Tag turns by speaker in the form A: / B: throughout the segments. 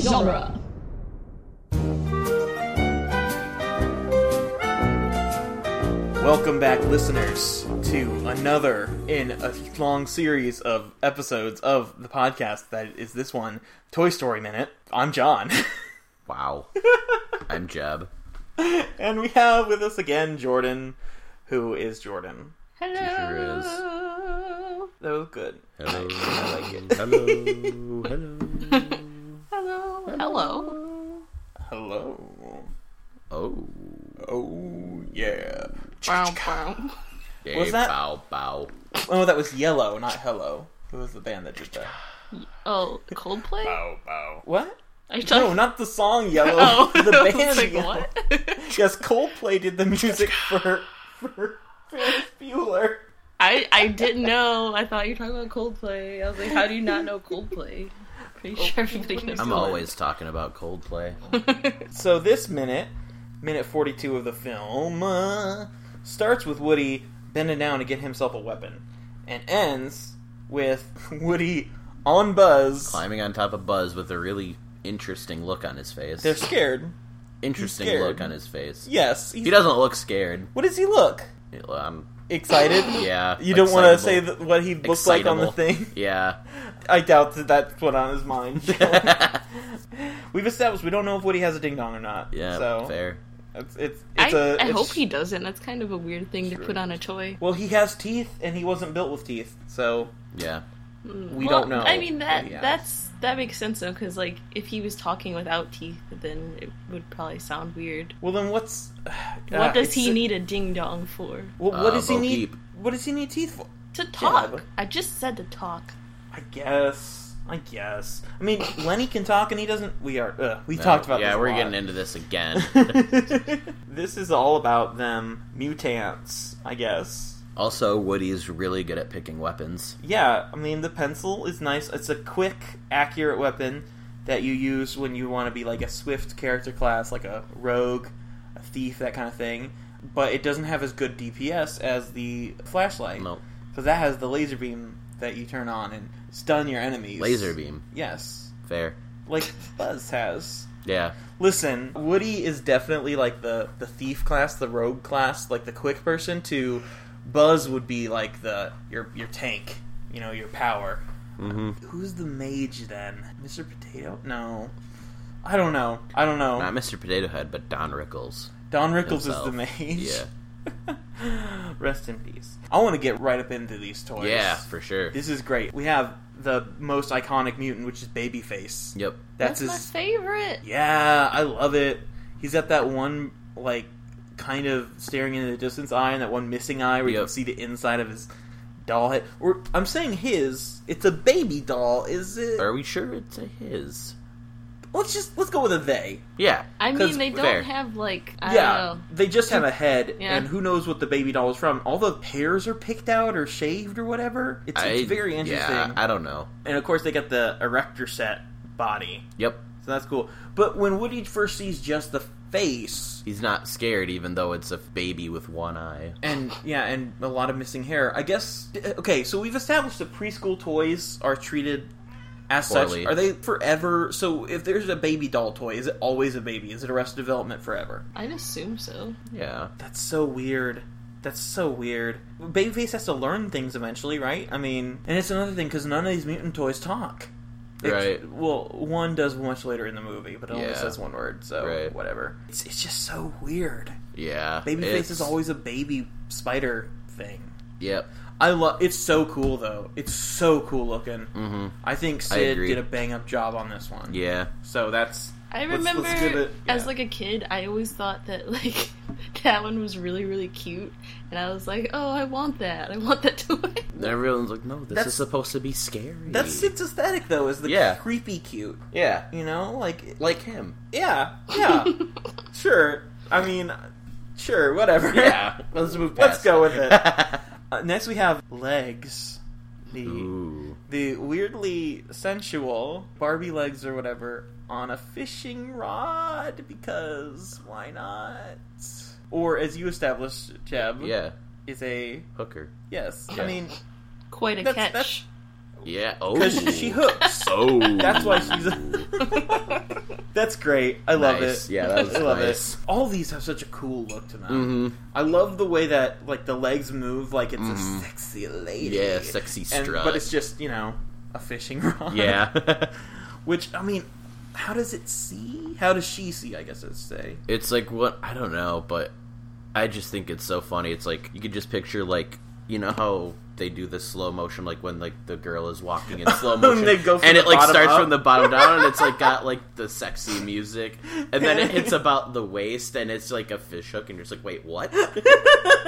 A: genre.
B: Welcome back, listeners, to another in a long series of episodes of the podcast that is this one, Toy Story Minute. I'm John,
C: Wow. I'm Jeb.
B: and we have with us again Jordan, who is Jordan.
A: Hello.
B: That was good.
C: Hello.
B: I like it.
C: Hello. Hello.
A: Hello. Hello.
B: Hello.
C: Oh.
B: Oh, yeah.
A: Bow, bow.
C: Hey,
B: Was that-
C: Bow, bow.
B: Oh, that was Yellow, not Hello. Who was the band that did that?
A: Oh, Coldplay?
C: Bow, bow.
B: What?
A: Are you talking?
B: No, not the song Yellow.
A: oh,
B: the
A: I was
B: band
A: like,
B: Yellow.
A: what?
B: Yes, Coldplay did the music for for Ferris Bueller.
A: I I didn't know. I thought you were talking about Coldplay. I was like, how do you not know Coldplay? Pretty
B: Oh,
A: sure everybody knows.
C: I'm
B: Good.
C: always talking about Coldplay.
B: So this minute, minute forty-two of the film, uh, starts with Woody bending down to get himself a weapon, and ends with Woody on Buzz.
C: Climbing on top of Buzz with a really interesting look on his face.
B: They're scared.
C: interesting
B: scared.
C: look on his face.
B: Yes. he's-
C: He doesn't look scared.
B: What does he look?
C: Um,
B: Excited?
C: yeah.
B: You don't want to
C: excitable.
B: say th- what he looks like on the
C: Excitable.
B: thing.
C: Yeah.
B: I doubt that that's what on his mind. We've established we don't know if Woody has a ding dong or not.
C: yeah.
B: So
C: Fair.
B: It's it's
A: I
B: it's a.
A: I
B: it's-
A: hope he doesn't. That's kind of a weird thing to put on a toy.
B: Well, he has teeth, and he wasn't built with teeth, so
C: Yeah.
B: we
A: Well,
B: don't know.
A: I mean that
B: Yeah.
A: that's that makes sense though, because like if he was talking without teeth, then it would probably sound weird.
B: Well, then what's uh,
A: what does he need a ding dong for?
B: Well, what
C: Uh,
B: does he
C: Bo
B: need?
C: Peep.
B: What does he need teeth for?
A: To talk.
B: but-
A: I just said to talk.
B: I guess. I guess. I mean, Lenny can talk, and he doesn't. We are. Uh, we
C: No.
B: talked about.
C: Yeah,
B: this a
C: we're
B: lot.
C: getting into this again.
B: this is all about them mutants, I guess.
C: also, Woody's really good at picking weapons.
B: Yeah, I mean the pencil is nice. It's a quick, accurate weapon that you use when you want to be like a swift character class, like a rogue, a thief, that kind of thing. But it doesn't have as good DPS as the flashlight.
C: No.
B: Because that has the laser beam that you turn on and stun your enemies.
C: Laser beam.
B: Yes.
C: Fair.
B: Like Buzz has.
C: Yeah.
B: Listen, Woody is definitely like the the thief class, the rogue class, like the quick person. To Buzz would be like the your your tank, you know, your power.
C: Mm-hmm.
B: Who's the mage then? Mr. Potato? No, I don't know. I don't know.
C: Uh, Not Mr. Potato Head, but Don Rickles.
B: Don Rickles is
C: himself.
B: the mage.
C: Yeah.
B: Rest in peace. I want to get right up into these toys.
C: Yeah, for sure.
B: This is great. We have the most iconic mutant, which is Babyface.
C: Yep.
B: That's, his
A: my favorite.
B: Yeah, I love it. He's got that one like kind of staring into the distance eye and that one missing eye where you can
C: Yep.
B: see the inside of his doll head. Or I'm saying his. It's a baby doll, is it?
C: Are we sure it's a his?
B: let's just let's go with a they.
C: Yeah.
A: I
B: 'Cause-
A: mean, they don't
C: fair.
A: have like I
B: yeah,
A: don't know.
B: they just have a head,
A: Yeah.
B: and who knows what the baby doll is from? All the hairs are picked out or shaved or whatever. It's,
C: I-
B: it's very interesting.
C: Yeah, I don't know.
B: and of course, they got the erector set body,
C: Yep.
B: so that's cool. But when Woody first sees just the face,
C: He's not scared, even though it's a baby with one eye.
B: and yeah, and a lot of missing hair. I guess okay, so we've established that preschool toys are treated as
C: Poorly.
B: such. Are they forever? So if there's a baby doll toy, is it always a baby? Is it Arrested Development forever?
A: I'd assume so.
C: Yeah.
B: That's so weird. That's so weird. Babyface has to learn things eventually, right? I mean, and it's another thing because none of these mutant toys talk. It's-
C: Right.
B: Well, one does much later in the movie, but it only
C: Yeah.
B: says one word, so
C: Right.
B: whatever. It's, it's just so weird.
C: Yeah.
B: Babyface
C: it's-
B: is always a baby spider thing.
C: Yep.
B: I love. It's so cool though. It's so cool looking.
C: Mm-hmm.
B: I think
C: I
B: Sid
C: agree.
B: did a bang up job on this one.
C: Yeah.
B: So that's
A: I
B: Let's- let's
A: remember
B: give it-
A: as
B: yeah.
A: like a kid, I always thought that like that one was really really cute, and I was like, oh, I want that. I want that toy.
C: And everyone's like, no, this
B: That's-
C: is supposed to be scary.
B: that's Sid's aesthetic though. Is the
C: Yeah.
B: creepy cute?
C: Yeah.
B: You know, like
C: Like him.
B: yeah, yeah, sure. I mean, sure, whatever.
C: Yeah. Let's move
B: Let's
C: past
B: go with
C: that.
B: Uh, next we have legs. The
C: Ooh.
B: the weirdly sensual Barbie legs or whatever on a fishing rod because why not? Or as you established, Jeb,
C: Yeah.
B: is a
C: Hooker.
B: yes. I
C: Yeah.
B: mean,
A: Quite a
B: That's-
A: catch.
B: that's-
C: Yeah. Oh.
B: because she hooks.
C: Oh.
B: That's why she's. That's great. I love
C: Nice.
B: it.
C: Yeah, that was
B: I love
C: nice.
B: it. All these have such a cool look to them.
C: Mm-hmm.
B: I love the way that like the legs move like it's a
C: Mhm.
B: sexy lady.
C: Yeah, sexy
B: And-
C: strut.
B: but it's just you know a fishing rod.
C: yeah.
B: Which I mean, how does it see? How does she see? I guess I'd say.
C: it's like what I don't know, but I just think it's so funny. It's like you could just picture like you know how they do the slow motion, like when like the girl is walking in slow
B: And
C: motion,
B: they go from
C: and
B: the
C: it like
B: bottom
C: starts
B: up.
C: from the bottom down, and it's like got like the sexy music, and then it hits about the waist, and it's like a fish hook, and you're just like, wait, what?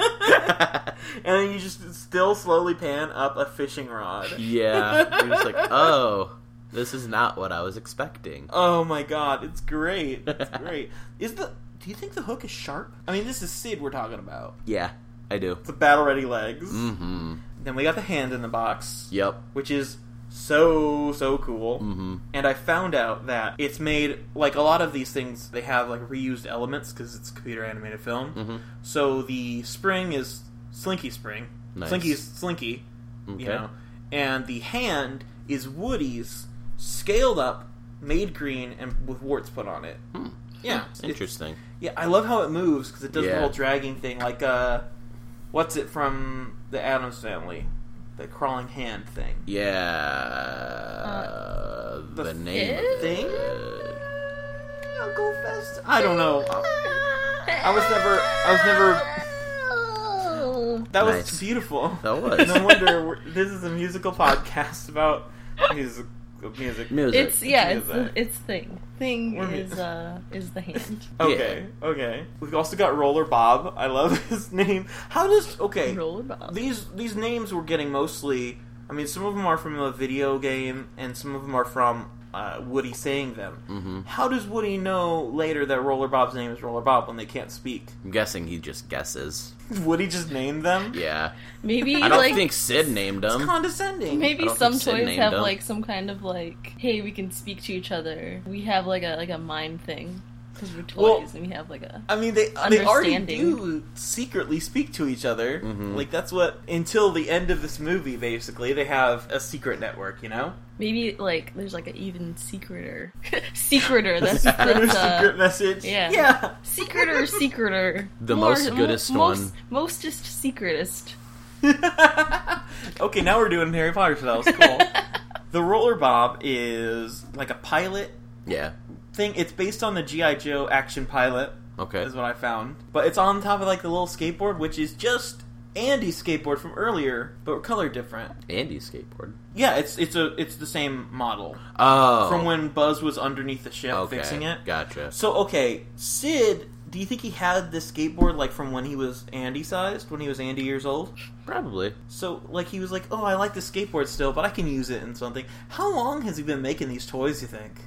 B: And then you just still slowly pan up a fishing rod.
C: yeah, you're just like, oh, this is not what I was expecting.
B: Oh my god, it's great. It's great. Is the do you think the hook is sharp? I mean, this is Sid we're talking about.
C: Yeah, I do.
B: The battle ready legs.
C: Mm-hmm.
B: Then we got the hand in the box,
C: Yep.
B: which is so so cool.
C: Mm-hmm.
B: And I found out that it's made like a lot of these things. They have like reused elements because it's computer animated film.
C: Mm-hmm.
B: So the spring is Slinky Spring.
C: Nice.
B: Slinky's Slinky,
C: Okay.
B: you know, and the hand is Woody's scaled up, made green, and with warts put on it.
C: Hmm.
B: Yeah, It's-
C: Interesting.
B: yeah, I love how it moves because it does the
C: Yeah.
B: whole dragging thing. Like, uh, what's it from the Adams Family? The crawling hand thing.
C: Yeah.
B: the
A: Uh,
C: the, name of
B: thing?
C: it.
B: Uncle Fest. I don't know.
A: Ah!
B: I was never. I was never. That was
C: Nice.
B: beautiful.
C: That was.
B: no wonder we're, this is a musical podcast about music. Music.
C: Music.
A: It's yeah, it's
B: Music.
A: it's thing. Thing
B: Or mu-
A: is uh is the hand.
B: Okay. Okay. We've also got Roller Bob. I love his name. How does okay?
A: Roller ball.
B: These these names we're getting mostly. I mean, some of them are from a video game, and some of them are from uh, Woody saying them.
C: Mhm.
B: How does Woody know later that Roller Bob's name is Roller Bob when they can't speak?
C: I'm guessing he just guesses.
B: Woody just named them.
C: Yeah.
A: Maybe
C: I don't
A: like
C: think Sid named
B: It's
C: him.
B: condescending.
A: maybe
C: I don't
A: some
C: think Sid
A: toys
C: named
A: have
C: them.
A: like some kind of like, hey, we can speak to each other. We have like a like a mind thing because we're toys
B: Well-
A: and we have like a
B: I mean, they they already
A: Understanding.
B: do secretly speak to each other.
C: Mhm.
B: Like that's what until the end of this movie. Basically, they have a secret network. You know,
A: maybe like there's like an even secreter secreter that's
B: secret,
A: that's uh,
B: secret message.
A: yeah.
B: yeah.
A: secreter secreter
C: The
A: More-
C: most goodest
A: mo-
C: one.
A: most mostest secretest.
B: okay, now we're doing Harry Potter spells. Cool. the Roller Bob is like a pilot
C: Yeah.
B: thing. It's based on the GI Joe action pilot,
C: Okay.
B: is what I found. But it's on top of like the little skateboard, which is just Andy's skateboard from earlier, but color different.
C: Andy's skateboard.
B: Yeah, it's it's a it's the same model
C: Oh.
B: from when Buzz was underneath the ship
C: okay.
B: fixing it.
C: Gotcha.
B: So okay, Sid, do you think he had this skateboard like from when he was Andy sized, when he was Andy years old?
C: Probably.
B: So like he was like, "Oh, I like the skateboard still, but I can use it in something." How long has he been making these toys? You think?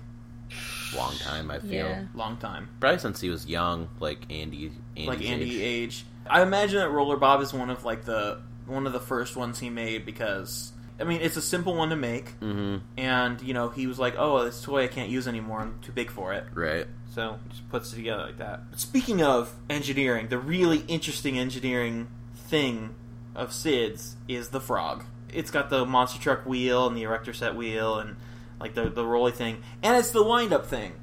C: Long time, I feel.
A: Yeah.
B: Long time,
C: Probably since he was young, like Andy. Andy's
B: like Andy
C: age.
B: age. I imagine that Roller Bob is one of like the one of the first ones he made because I mean it's a simple one to make,
C: hmm
B: and you know he was like, "Oh, this toy I can't use anymore. I'm too big for it."
C: Right.
B: So just puts it together like that. Speaking of engineering, the really interesting engineering thing of Sid's is the frog. It's got the monster truck wheel and the erector set wheel and like the the rolly thing, and it's the wind up thing.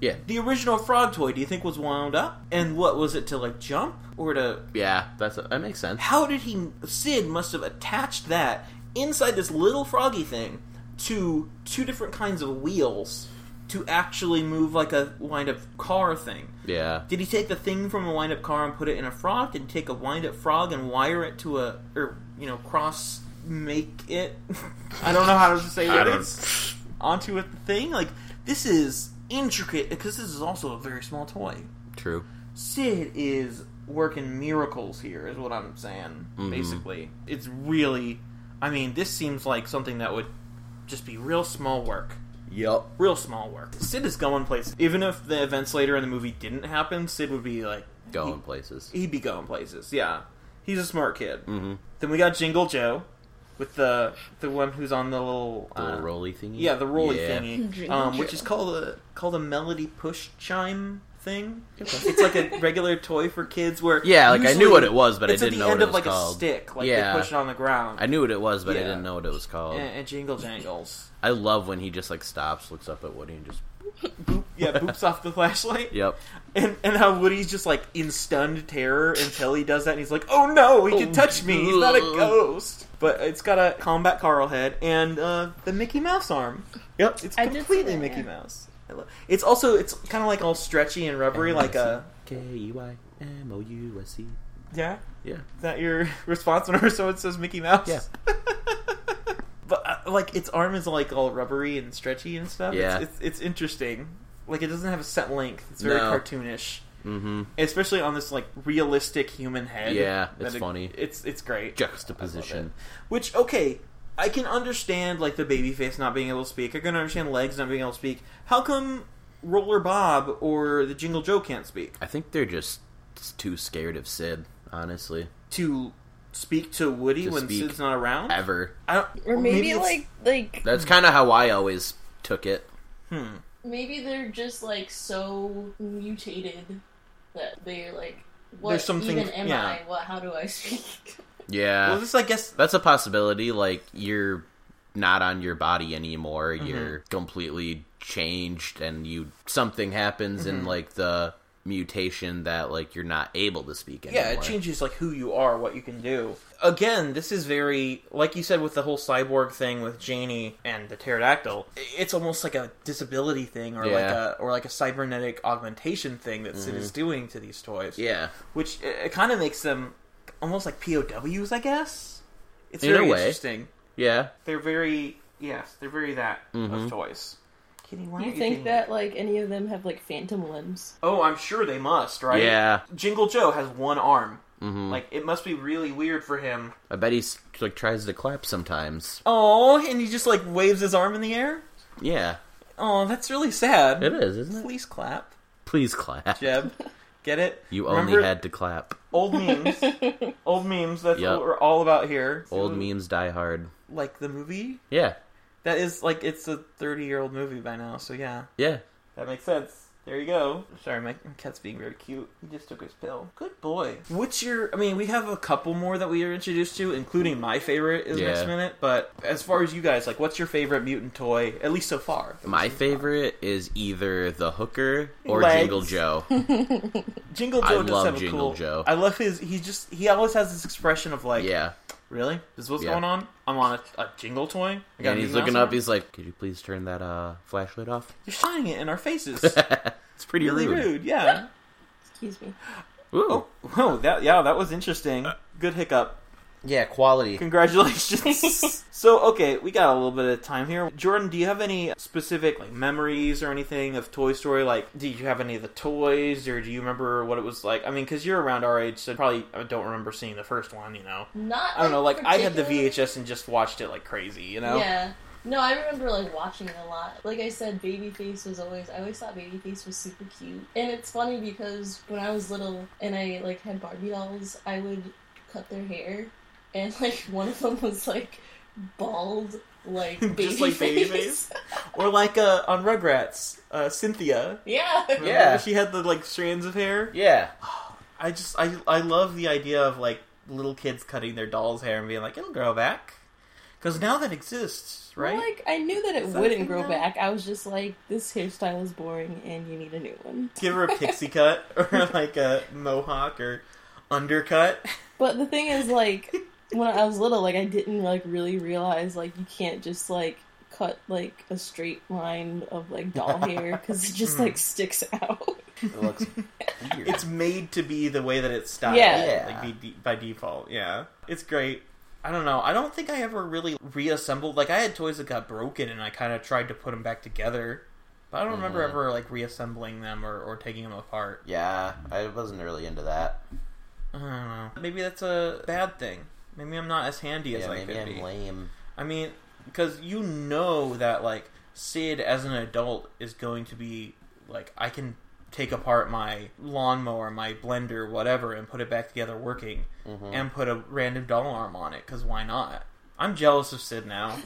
C: Yeah.
B: The original frog toy, do you think was wound up? And what was it to like jump or to?
C: Yeah. That's that makes sense.
B: How did he? Sid must have attached that inside this little froggy thing to two different kinds of wheels to actually move like a wind up car thing.
C: Yeah.
B: Did he take the thing from a wind up car and put it in a frog? Did he take a wind up frog and wire it to a or you know cross make it? I don't know how to say
C: I
B: that.
C: don't-
B: It's onto a thing. Like this is intricate because this is also a very small toy.
C: True.
B: Sid is working miracles here, is what I'm saying.
C: Mhm.
B: Basically, it's really. I mean, this seems like something that would just be real small work
C: Yep.
B: real small work. Sid is going places. Even if the events later in the movie didn't happen, Sid would be like
C: Going places.
B: He'd be going places. Yeah, he's a smart kid.
C: Mm-hmm.
B: Then we got Jingle Joe, with the the one who's on the little,
C: The
B: uh,
C: little rolly thingy.
B: yeah the rolly
C: Yeah.
B: thingy,
A: Jingle
B: um, which
A: Joe.
B: is called a called a melody push chime thing. It's like a regular toy for kids where
C: Yeah, like, I knew
B: usually
C: what it was, but I
B: it's
C: didn't
B: at the
C: know
B: end
C: what
B: of
C: it was
B: like a
C: called.
B: stick, like
C: Yeah.
B: they push it on the ground.
C: I knew what it was, but I
B: Yeah.
C: didn't know what it was called.
B: and, and jingle jangles.
C: I love when he just like stops, looks up at Woody, and just
B: Boop, yeah, boops off the flashlight.
C: Yep.
B: And and how Woody's just like in stunned terror until he does that, and he's like, "Oh no, he can touch me. He's not a ghost." But it's got a combat Carl head and uh, the Mickey Mouse arm. Yep, it's
A: I did see
B: completely
A: that,
B: Mickey
A: yeah.
B: Mouse. I love- It's also it's kind of like all stretchy and rubbery, like uh, a
C: K E Y M O U S E.
B: yeah.
C: Yeah.
B: Is that your response whenever someone says Mickey Mouse?
C: Yeah.
B: but uh, like its arm is like all rubbery and stretchy and stuff.
C: Yeah.
B: It's, it's it's interesting. Like it doesn't have a set length. It's very
C: No.
B: cartoonish,
C: Mm-hmm.
B: especially on this like realistic human head.
C: Yeah,
B: that
C: it's
B: it-
C: funny.
B: It's it's great.
C: Juxtaposition.
B: Which okay, I can understand like the babyface not being able to speak. I can understand legs not being able to speak. How come Roller Bob or the Jingle Joe can't speak?
C: I think they're just too scared of Sid, honestly.
B: To speak to Woody
C: To
B: when
C: speak.
B: Sid's not around.
C: Ever.
B: I don't,
A: Or maybe,
B: it's-
A: like like
C: That's kind of how I always took it.
B: hmm.
A: maybe they're just like so mutated that they're like what
B: There's something-
A: even am
B: yeah.
A: I? What how do I speak?
C: Yeah.
B: Well, this I guess
C: That's a possibility. Like you're not on your body anymore.
B: Mm-hmm.
C: You're completely changed, and you something happens
B: Mm-hmm.
C: in like the mutation that like you're not able to speak anymore.
B: yeah, it changes like who you are, what you can do. Again, this is very like you said with the whole cyborg thing with Janie and the pterodactyl. i- It's almost like a disability thing or like
C: Yeah. Mm-hmm.
B: a or like a cybernetic augmentation thing that Sid is doing to these toys.
C: Yeah,
B: which it, it kind of makes them almost like POWs, I guess. It's
C: In a
B: very
C: way.
B: interesting.
C: yeah.
B: They're very yes, they're very that
C: Mm-hmm.
B: of toys. Kitty, why
A: you
B: aren't
A: think
B: getting-
A: that like any of them have like phantom limbs?
B: Oh, I'm sure they must, right?
C: Yeah. Mm-hmm.
B: Jingle Joe has one arm. Like it must be really weird for him.
C: I bet he's like tries to clap sometimes.
B: Oh, and he just like waves his arm in the air.
C: Yeah,
B: Oh, that's really sad.
C: it is, isn't it?
B: Please clap,
C: Please clap.
B: Jeb. Get it?
C: You
B: Remember
C: only had to clap.
B: old memes. old memes. That's
C: Yep.
B: what we're all about here.
C: Old memes die hard.
B: Like the movie.
C: Yeah,
B: That is like it's a thirty-year-old movie by now. So yeah,
C: yeah.
B: that makes sense. There you go. Sorry, my my cat's being very cute. He just took his pill. Good boy. What's your? I mean, we have a couple more that we are introduced to, including my favorite is
C: Yeah.
B: next minute. But as far as you guys, like, what's your favorite mutant toy? At least so far.
C: My favorite is either the hooker or
B: Legs.
C: Jingle Joe.
B: Jingle
C: I
B: Joe does
C: love
B: have a
C: Jingle
B: cool.
C: Joe.
B: I love his. He just he always has this expression of like,
C: Yeah,
B: really? This is what's
C: Yeah.
B: going on? I'm on a, a jingle toy. I got
C: and
B: a
C: he's
B: Mickey
C: looking
B: Mouse
C: up.
B: on.
C: He's like, "Could you please turn that uh, flashlight off?"
B: You're shining it in our faces.
C: it's pretty
B: really rude. Yeah.
A: Excuse me.
C: Ooh.
B: Oh, whoa, that yeah, that was interesting. Good hiccup.
C: Yeah, quality.
B: Congratulations. so, okay, we got a little bit of time here. Jordan, do you have any specific like memories or anything of Toy Story? Like, did you have any of the toys, or do you remember what it was like? I mean, because you're around our age, so probably I don't remember seeing the first one. You know,
A: Not
B: I don't know. Like, I had the
A: particular-
B: VHS and just watched it like crazy. You know,
A: Yeah. No, I remember like watching it a lot. Like I said, Babyface was always I always thought Babyface was super cute. And it's funny because when I was little and I like had Barbie dolls, I would cut their hair and like one of them was like bald like Babyface.
B: Just like Babyface? or like uh, on Rugrats, uh, Cynthia.
A: yeah.
B: Remember
C: Yeah.
B: she had the like strands of hair.
C: Yeah.
B: I just I I love the idea of like little kids cutting their doll's hair and being like it'll grow back because now that exists, right?
A: Well, like I knew that it
B: Is that a
A: wouldn't
B: thing
A: grow
B: now?
A: back. I was just like, this hairstyle is boring, and you need a new one.
B: Give her a pixie cut or like a mohawk or undercut.
A: But the thing is, like, when I was little, like, I didn't like really realize like you can't just like cut like a straight line of like doll hair because it just like sticks out.
C: It looks weird.
B: It's made to be the way that it's styled,
A: Yeah.
B: like be de- by default. Yeah, it's great. I don't know. I don't think I ever really reassembled. Like I had toys that got broken, and I kind of tried to put them back together, but I don't remember
C: Mhm.
B: ever like reassembling them or, or taking them apart.
C: yeah, I wasn't really into that.
B: I don't know. Maybe that's a bad thing. Maybe I'm not as handy as
C: Yeah,
B: I could
C: maybe I'm
B: be.
C: lame.
B: I mean, because you know that like Sid as an adult is going to be like I can take apart my lawnmower, my blender, whatever, and put it back together working, and put a random doll arm on it. Because why not? I'm jealous of Sid now.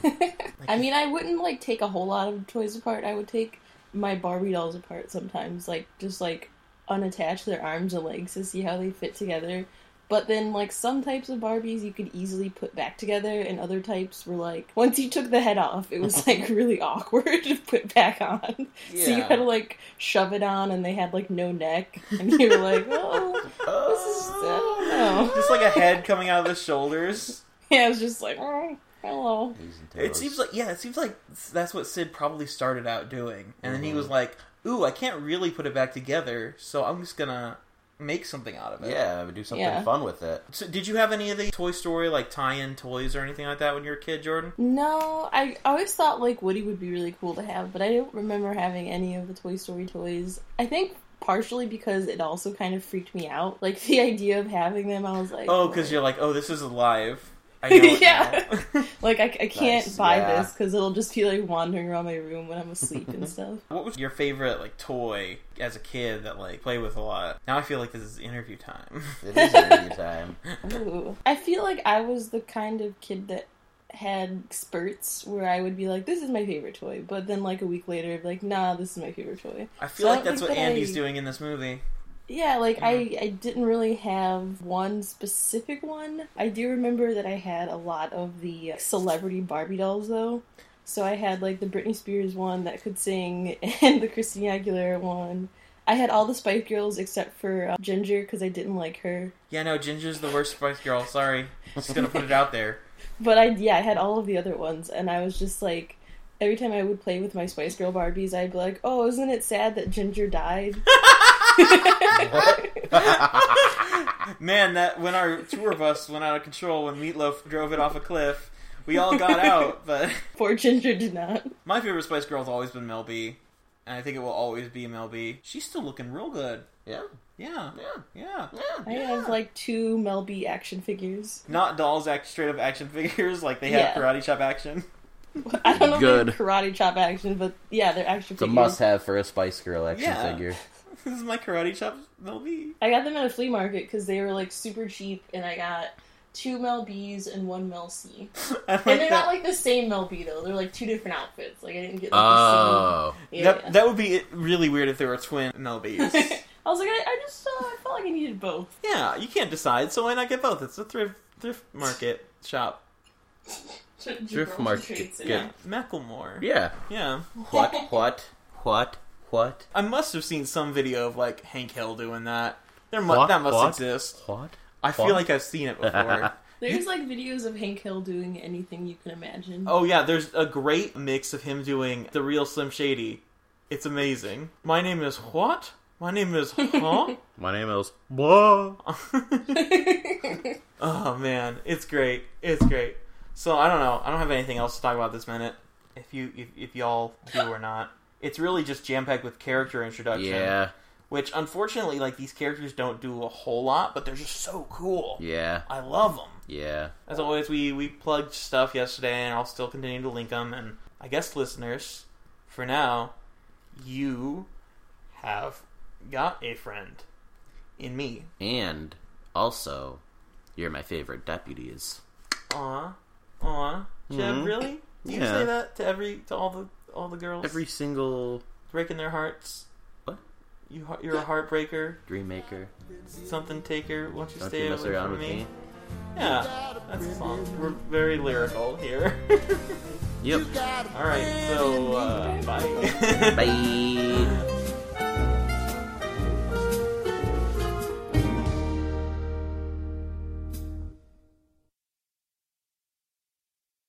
A: I mean, I wouldn't like take a whole lot of toys apart. I would take my Barbie dolls apart sometimes, like just like unattach their arms and legs to see how they fit together. But then, like, some types of Barbies you could easily put back together, and other types were like, once you took the head off, it was like really awkward to put back on. So you
C: Yeah.
A: had to like shove it on, and they had like no neck, and you were like, oh, this is, I don't know.
B: Just like a head coming out of the shoulders.
A: Yeah, I was just like, oh, hello.
B: It seems like yeah, it seems like that's what Sid probably started out doing, and then he was like, "Ooh, I can't really put it back together, so I'm just gonna make something out of it."
C: yeah, do something
A: Yeah.
C: fun with it.
B: So, did you have any of the Toy Story like tie-in toys or anything like that when you were a kid, Jordan?
A: No, I always thought like Woody would be really cool to have, but I don't remember having any of the Toy Story toys. I think partially because it also kind of freaked me out. Like the idea of having them, I was like,
B: Oh, because you're like, "Oh, this is alive." I know it
A: Yeah.
B: now."
A: like I, I can't
C: Nice,
A: buy
C: yeah.
A: this because it'll just be like wandering around my room when I'm asleep and stuff.
B: what was your favorite like toy as a kid that like play with a lot? Now I feel like this is interview time.
C: It is interview time.
A: Ooh. I feel like I was the kind of kid that had spurts where I would be like, "This is my favorite toy," but then like a week later, I'd be like, "Nah, this is my favorite toy."
B: I feel
A: So I
B: like
A: don't
B: that's
A: think
B: what
A: that
B: Andy's
A: I-
B: doing in this movie.
A: Yeah, like I, I didn't really have one specific one. I do remember that I had a lot of the celebrity Barbie dolls though. So I had like the Britney Spears one that could sing and the Christina Aguilera one. I had all the Spice Girls except for uh, Ginger because I didn't like her.
B: Yeah, no, Ginger's the worst Spice Girl. Sorry, just gonna put it out there.
A: But I yeah, I had all of the other ones and I was just like every time I would play with my Spice Girl Barbies, I'd be like, "Oh, isn't it sad that Ginger died?"
B: Man, that when our tour bus went out of control when Meatloaf drove it off a cliff, we all got out. But
A: Poor Ginger did not.
B: my favorite Spice Girl's always been Mel B, and I think it will always be Mel B. She's still looking real good.
C: Yeah,
B: Yeah, yeah.
C: yeah, yeah.
A: I have like two Mel B action figures.
B: Not dolls, act straight up action figures like they have
A: Yeah.
B: Karate Chop action.
A: I don't know
C: Good.
A: if they're karate chop action, but yeah, they're action
C: It's a
A: figures.
C: must-have for a Spice Girl action
B: Yeah.
C: figure.
B: this is my Karate Chop Mel B.
A: I got them at a flea market because they were like super cheap, and I got two Mel B's and one Mel C.
B: I like
A: And they're
B: that.
A: not like the same Mel B though; they're like two different outfits. Like I didn't get like, the
C: Oh,
A: same. Yeah,
B: that,
A: yeah.
B: that would be really weird if they were twin Mel B's.
A: I was like, I, I just uh, I felt like I needed both.
B: yeah, you can't decide, so why not get both? It's a thrift thrift market shop.
C: Drift market,
A: Yeah.
C: Yeah.
B: Macklemore.
C: yeah.
B: Yeah.
C: What? What? What? What?
B: I must have seen some video of like Hank Hill doing that. There mu-
C: What?
B: that must
C: What?
B: exist.
C: What?
B: I feel
C: What?
B: like I've seen it before.
A: There's like videos of Hank Hill doing anything you can imagine.
B: oh yeah, there's a great mix of him doing the real Slim Shady. It's amazing. My name is what? My name is huh?
C: My name is. Whoa.
B: oh man, it's great. It's great. So I don't know. I don't have anything else to talk about this minute. If you if, if y'all do or not, it's really just jam packed with character introduction.
C: Yeah,
B: Which unfortunately, like these characters don't do a whole lot, but they're just so cool.
C: yeah,
B: I love them.
C: yeah.
B: As always, we, we plugged stuff yesterday, and I'll still continue to link them. And I guess, listeners, for now, you have got a friend in me.
C: And also, you're my favorite deputies.
B: Aw, aw, Jeb,
C: Mhm.
B: really? Do you
C: Yeah.
B: say that to every to all the all the girls?
C: Every single
B: breaking their hearts.
C: What?
B: You har- you're a heartbreaker,
C: dream maker.
B: something taker. Won't you
C: Don't
B: stay
C: you mess
B: away
C: around
B: from
C: with me.
B: Yeah, that's a song. We're very lyrical here.
C: Yep.
B: all right, so uh, bye.
C: Bye.